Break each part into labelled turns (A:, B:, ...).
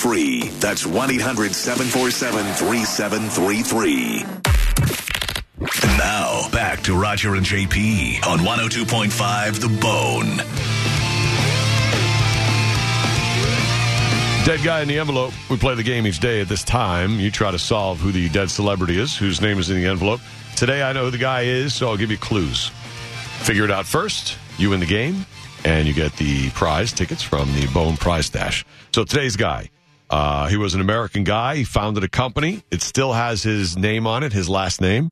A: free. That's 1 800 747 3733. Now, back to Roger and JP on 102.5 The Bone.
B: Dead guy in the envelope. We play the game each day at this time. You try to solve who the dead celebrity is, whose name is in the envelope. Today I know who the guy is, so I'll give you clues. Figure it out first. You win the game, and you get the prize tickets from the Bone Prize Stash. So today's guy, uh, he was an American guy. He founded a company. It still has his name on it, his last name.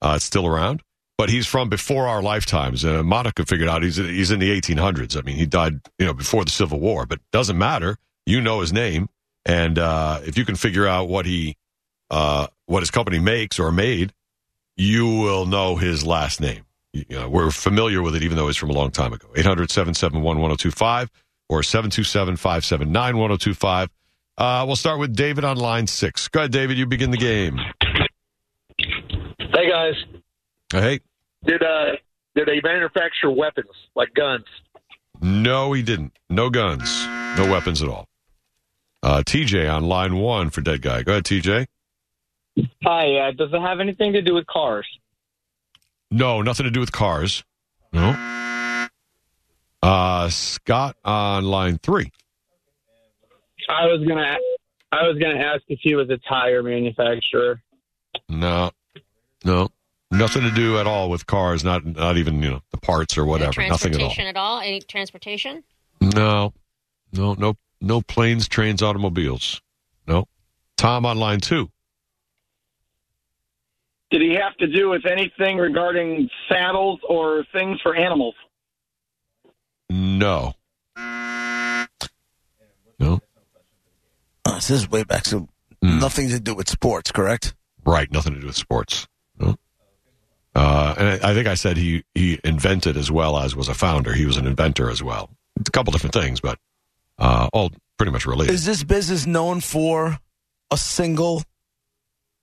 B: Uh, it's still around, but he's from before our lifetimes. Uh, Monica figured out he's he's in the 1800s. I mean, he died you know before the Civil War, but doesn't matter. You know his name, and uh, if you can figure out what he uh, what his company makes or made, you will know his last name. You know, we're familiar with it, even though it's from a long time ago. 800 771 1025 or 727 579 1025. Uh, We'll start with David on line six. Go ahead, David. You begin the game.
C: Hey guys,
B: Hey.
C: did uh did they manufacture weapons like guns?
B: No, he didn't. No guns, no weapons at all. Uh, TJ on line one for Dead Guy. Go ahead, TJ.
D: Hi, uh, does it have anything to do with cars?
B: No, nothing to do with cars. No. Uh, Scott on line three.
D: I was gonna, I was gonna ask if he was a tire manufacturer.
B: No, no, nothing to do at all with cars. Not not even you know the parts or whatever. Nothing at all.
E: Transportation at all? Any transportation?
B: No, no, no, no planes, trains, automobiles. No. Tom on line two.
F: Did he have to do with anything regarding saddles or things for animals?
B: No. No.
G: Uh, this is way back, so
B: Hmm.
G: nothing to do with sports, correct?
B: Right, nothing to do with sports. No. Uh, and I, I think I said he he invented as well as was a founder. He was an inventor as well. It's a couple different things, but uh, all pretty much related.
G: Is this business known for a single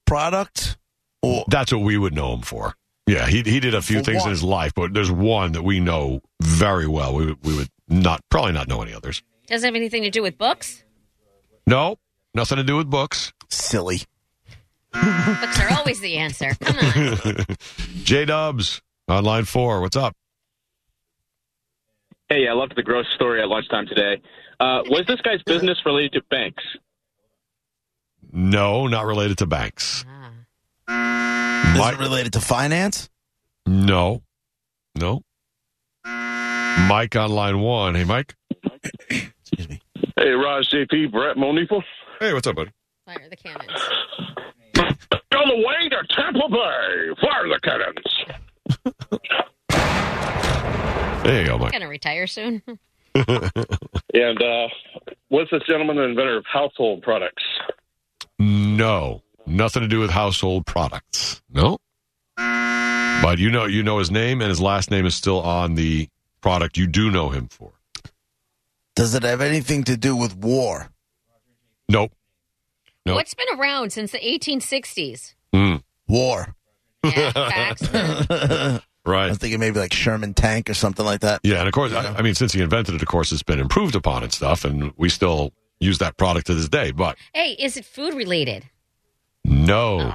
G: product? Or
B: That's what we would know him for. Yeah, he he did a few
G: For
B: things
G: one.
B: in his life, but there's one that we know very well. We would- we would not probably not know any others.
E: Doesn't have anything to do with books.
B: No, nothing to do with books.
G: silly.
E: Books are always the answer. Come on.
B: J Dubs on line four. What's up?
H: Hey, I loved the gross story at lunchtime today. Uh, was this guy's business related to banks?
B: No, not related to banks.
E: Ah.
G: Is
B: My-
G: it related to finance?
B: No. No. Mike on line one. Hey, Mike.
G: Excuse me.
H: Hey, Raj JP, Brett Monifa.
B: Hey, what's up, buddy?
E: Fire the cannons.
H: On the way to Tampa Bay, fire the cannons.
B: There you go, oh, Mike.
E: Gonna retire soon.
H: And uh, was this gentleman an inventor of household products?
B: No, nothing to do with household products. No. But you know, you know his name, and his last name is still on the product. You do know him for.
G: Does it have anything to do with war?
B: Nope. Nope.
E: What's been around since the 1860s?
B: Mm,
G: War.
E: Yeah, facts.
G: I
B: right.
G: was thinking maybe like Sherman tank or something like that.
B: Yeah, and of course, I, I mean, since he invented it, of course, it's been improved upon and stuff, and we still use that product to this day. But
E: hey, is it food related?
B: no,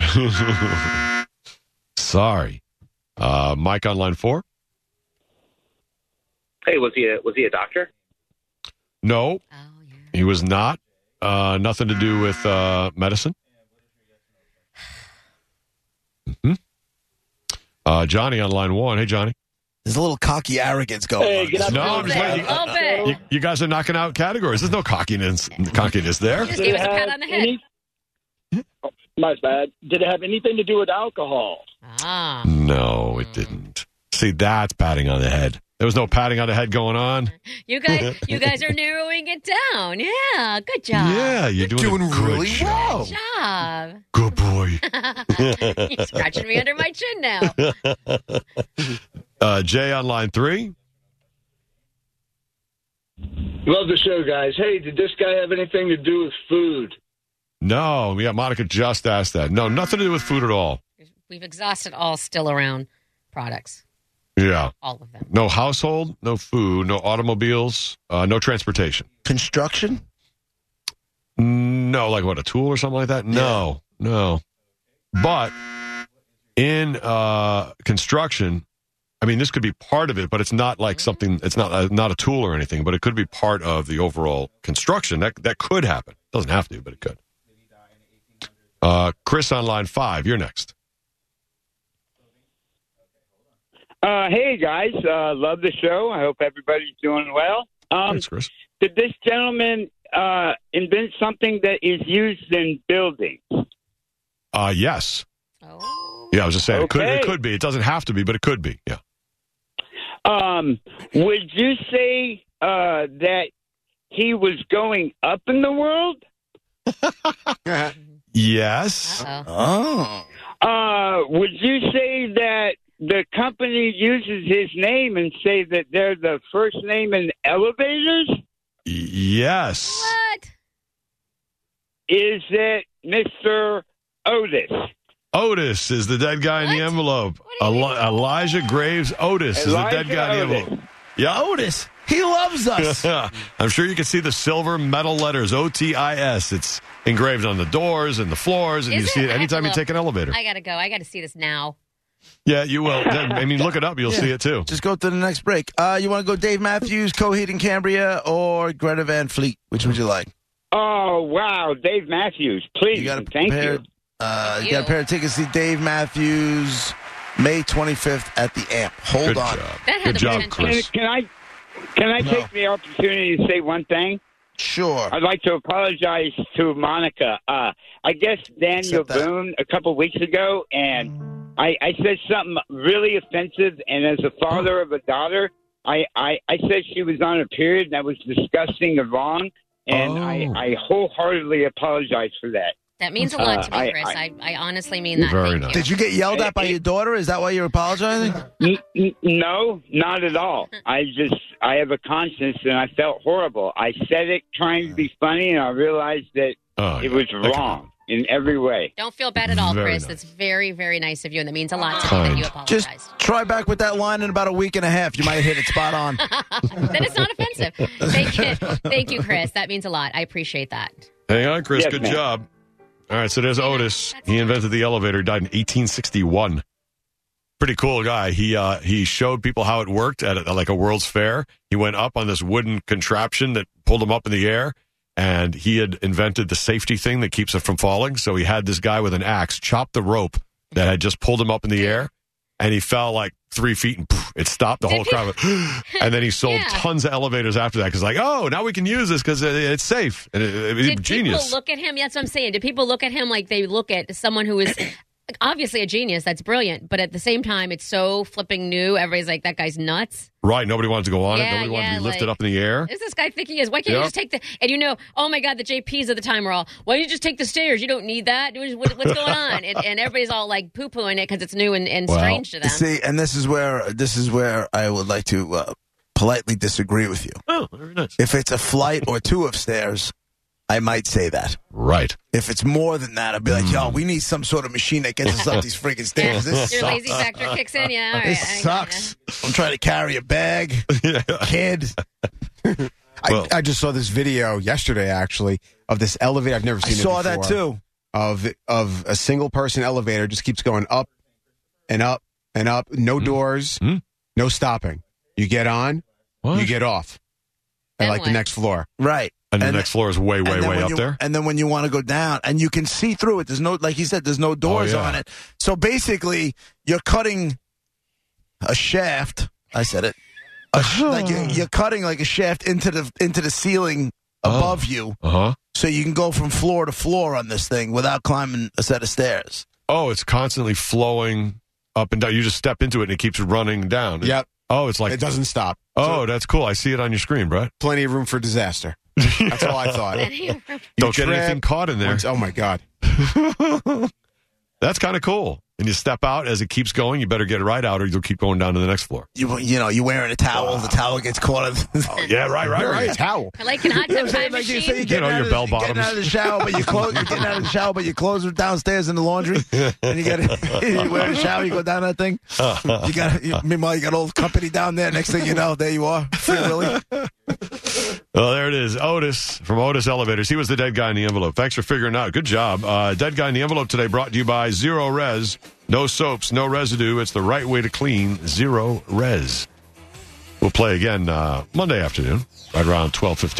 E: Ah.
B: sorry, uh, Mike on line four.
C: Hey, was he a, was he a doctor?
B: No,
E: Oh, yeah.
B: He was not. Uh, nothing to do with uh, medicine. hmm Uh, Johnny on line one. Hey, Johnny.
G: There's a little cocky arrogance going
F: Hey,
G: on.
F: get up
B: Oh, No,
E: Love
B: I'm just
E: it.
B: waiting.
E: Love
B: You,
E: it.
B: you guys are knocking out categories. There's no cockiness, cockiness there.
E: Just give us a pat on the head.
F: Any- Oh, my bad. Did it have anything to do with alcohol?
E: Ah.
B: No, it didn't. See, that's patting on the head. There was no patting on the head going on.
E: You guys, you guys are narrowing it down. Yeah, good job.
B: Yeah, you're doing, a good job.
E: Good job.
B: Good boy.
E: You're scratching me under my chin now.
B: Uh, Jay on line three.
C: Love the show, guys. Hey, did this guy have anything to do with food?
B: No, yeah, Monica just asked that. No, nothing to do with food at all.
E: We've exhausted all still around products,
B: Yeah.
E: all of them.
B: No household, no food, no automobiles, uh, no transportation.
G: Construction?
B: No, like what, a tool or something like that? No, no. But in uh, construction, I mean, this could be part of it, but it's not like something. It's not uh, not a tool or anything, but it could be part of the overall construction. That that could happen. Doesn't have to, but it could. Uh, Chris on line five. You're next.
D: Uh, hey guys, uh, love the show. I hope everybody's doing well. Um,
B: Thanks, Chris.
D: did this gentleman uh, invent something that is used in buildings?
B: Uh, yes.
E: Oh.
B: Yeah, I was just saying it could it
D: Okay.
B: could be. It doesn't have to be, but it could be. Yeah.
D: Um, would you say uh, that he was going up in the world?
B: Yes.
E: Uh-oh.
G: Oh.
D: Uh, would you say that the company uses his name and say that they're the first name in elevators?
B: Y- Yes.
E: What?
D: Is it Mr. Otis?
B: Otis is the dead guy in the
E: What?
B: envelope.
E: do you
B: Eli-
E: mean?
B: Elijah Graves Otis is the dead
D: Elijah
B: guy in the
D: Otis.
B: envelope. Yeah,
G: Otis, he loves us.
B: I'm sure you can see the silver metal letters O T I S. It's engraved on the doors and the floors, and
E: Is
B: you
E: it?
B: see it
E: I have
B: anytime
E: to
B: you
E: look.
B: take an elevator.
E: I gotta go. I gotta see this now.
B: yeah, you will. I mean, look it up; you'll
G: Yeah.
B: see it too.
G: Just go to the next break. Uh, you want to go Dave Matthews, Coheed and Cambria, or Greta Van Fleet? Which would you like?
D: Oh, wow. Dave Matthews, please.
G: You got a
D: Thank
G: pair.
D: you.
G: Uh, you
E: Thank
G: got a
E: you.
G: pair of tickets to see Dave Matthews May 25th at the Amp. Hold
B: Good
G: on.
B: job.
E: That had
B: Good
E: the
B: job,
E: potential.
D: Can,
B: Chris.
D: can I can I
G: No.
D: take the opportunity to say one thing?
G: Sure.
D: I'd like to apologize to Monica. Uh, I guess Daniel
G: Accept that.
D: Boone a couple weeks ago, and I, I said something really offensive. And as a father of a daughter, I, I, I said she was on a period and that was disgusting and wrong. And I,
B: Oh.
D: I wholeheartedly apologize for that.
E: That means a lot to me,
D: Uh, I-
E: Chris. I, I, honestly mean that.
B: Very
E: Thank
B: nice.
E: you.
G: Did you get yelled at by your daughter? Is that why you're apologizing?
D: N- n- no, not at all. I just I have a conscience, and I felt horrible. I said it trying to be funny, and I realized that
B: Oh,
D: it
B: yeah.
D: was
B: Okay.
D: wrong in every way.
E: Don't feel bad at all,
B: Very
E: Chris.
B: nice.
E: That's very, very nice of you, and that means a lot to me
B: Kind.
E: that you
G: Just
E: apologized.
G: try back with that line in about a week and a half. You might hit it spot on.
E: that is not offensive. Thank you, thank you, Chris. That means a lot. I appreciate that.
B: Hang on, Chris.
D: Yes,
B: Good
D: ma'am.
B: job. All right, so there's Otis.
E: That's
B: He invented the elevator. Died in 1861. Pretty cool guy. He uh, he showed people how it worked at a, like a World's Fair. He went up on this wooden contraption that pulled him up in the air, and he had invented the safety thing that keeps it from falling. So he had this guy with an axe chop the rope that had just pulled him up in the air, and he fell like three feet, and poof, it stopped the
E: Did
B: whole
E: he-
B: crowd. went, and then he sold
E: Yeah.
B: tons of elevators after that because like, oh, now we can use this because it's safe. And it, it-
E: Did
B: genius.
E: people look at him? That's what I'm saying. Did people look at him like they look at someone who is obviously a genius? That's brilliant, but at the same time, it's so flipping new. Everybody's like, "That guy's nuts."
B: Right. Nobody wanted to go on it.
E: Yeah,
B: Nobody wanted to
E: yeah,
B: be lifted
E: like-
B: up in the air.
E: Is this guy thinking is? Why can't
B: Yep.
E: you just take the? And you know, oh my God, the JPs at the time are all. Why don't you just take the stairs? You don't need that. What- What's going on? and, and everybody's all like poo pooing it because it's new and, and
B: Well,
E: strange to them.
G: See, and this is where this is where I would like to uh, politely disagree with you.
B: Oh, very nice.
G: If it's a flight or two of stairs, I might say that.
B: Right.
G: If it's more than that, I'd be
B: Hmm.
G: like, yo, we need some sort of machine that gets us up these freaking stairs. This
E: Your
G: sucks.
E: lazy factor kicks in. Yeah, all right.
G: This
E: I- yeah.
G: sucks. I'm trying to carry a bag,
B: Yeah.
G: kid.
B: Well-
I: I, I just saw this video yesterday, actually, of this elevator. I've never
G: I
I: seen. it
G: saw that
I: before,
G: too.
I: Of of a single person elevator just keeps going up and up and up. No doors,
B: Mm.
I: no stopping. You get on,
B: What?
I: you get off,
E: Then
I: and like
E: what?
I: the next floor.
G: Right.
B: and,
G: and-
B: the next floor is way, way,
G: and then
B: way
G: when
B: up
G: you-
B: there.
G: And then when you want to go down, and you can see through it. There's no, like he said, there's no doors
B: Oh, yeah.
G: on it. So basically, you're cutting a shaft. I said it. A sh- like you're, you're cutting like a shaft into the into the ceiling above you,
B: Uh huh.
G: so you can go from floor to floor on this thing without climbing a set of stairs.
B: Oh, it's constantly flowing up and down. You just step into it and it keeps running down.
I: Yep,
B: Oh, it's like,
I: it doesn't stop.
B: oh, that's cool. I see it on your screen, Brett.
I: Plenty of room for disaster. That's all I thought. oh
E: And he-
I: You
B: Don't get
I: trip
B: anything caught in there.
I: once- oh my god!
B: That's kind of cool. and you step out as it keeps going. You better get it right out, or you'll keep going down to the next floor.
G: You you know you're wearing a towel. The towel gets caught. In the,
B: Yeah, right, right, right.
I: Towel.
E: I like an hot
G: you
E: tub
G: know what
E: time
G: I'm saying? Like you
E: machine.
G: say, you're
B: Get all
G: getting out
B: your
G: of the-
B: bell
G: Getting out of the shower, but you clothes. You're getting out of the shower, but your clothes are downstairs in the laundry, and you got you wear the shower. You go down that thing. You got you, meanwhile you got old company down there. Next thing you know, there you are, free Willie.
B: Well, Oh, there it is. Otis from Otis Elevators. He was the dead guy in the envelope. Thanks for figuring it out. Good job. Uh, dead guy in the envelope today brought to you by Zero Res. No soaps, no residue. It's the right way to clean. Zero Res. We'll play again uh, Monday afternoon, right around twelve fifteen.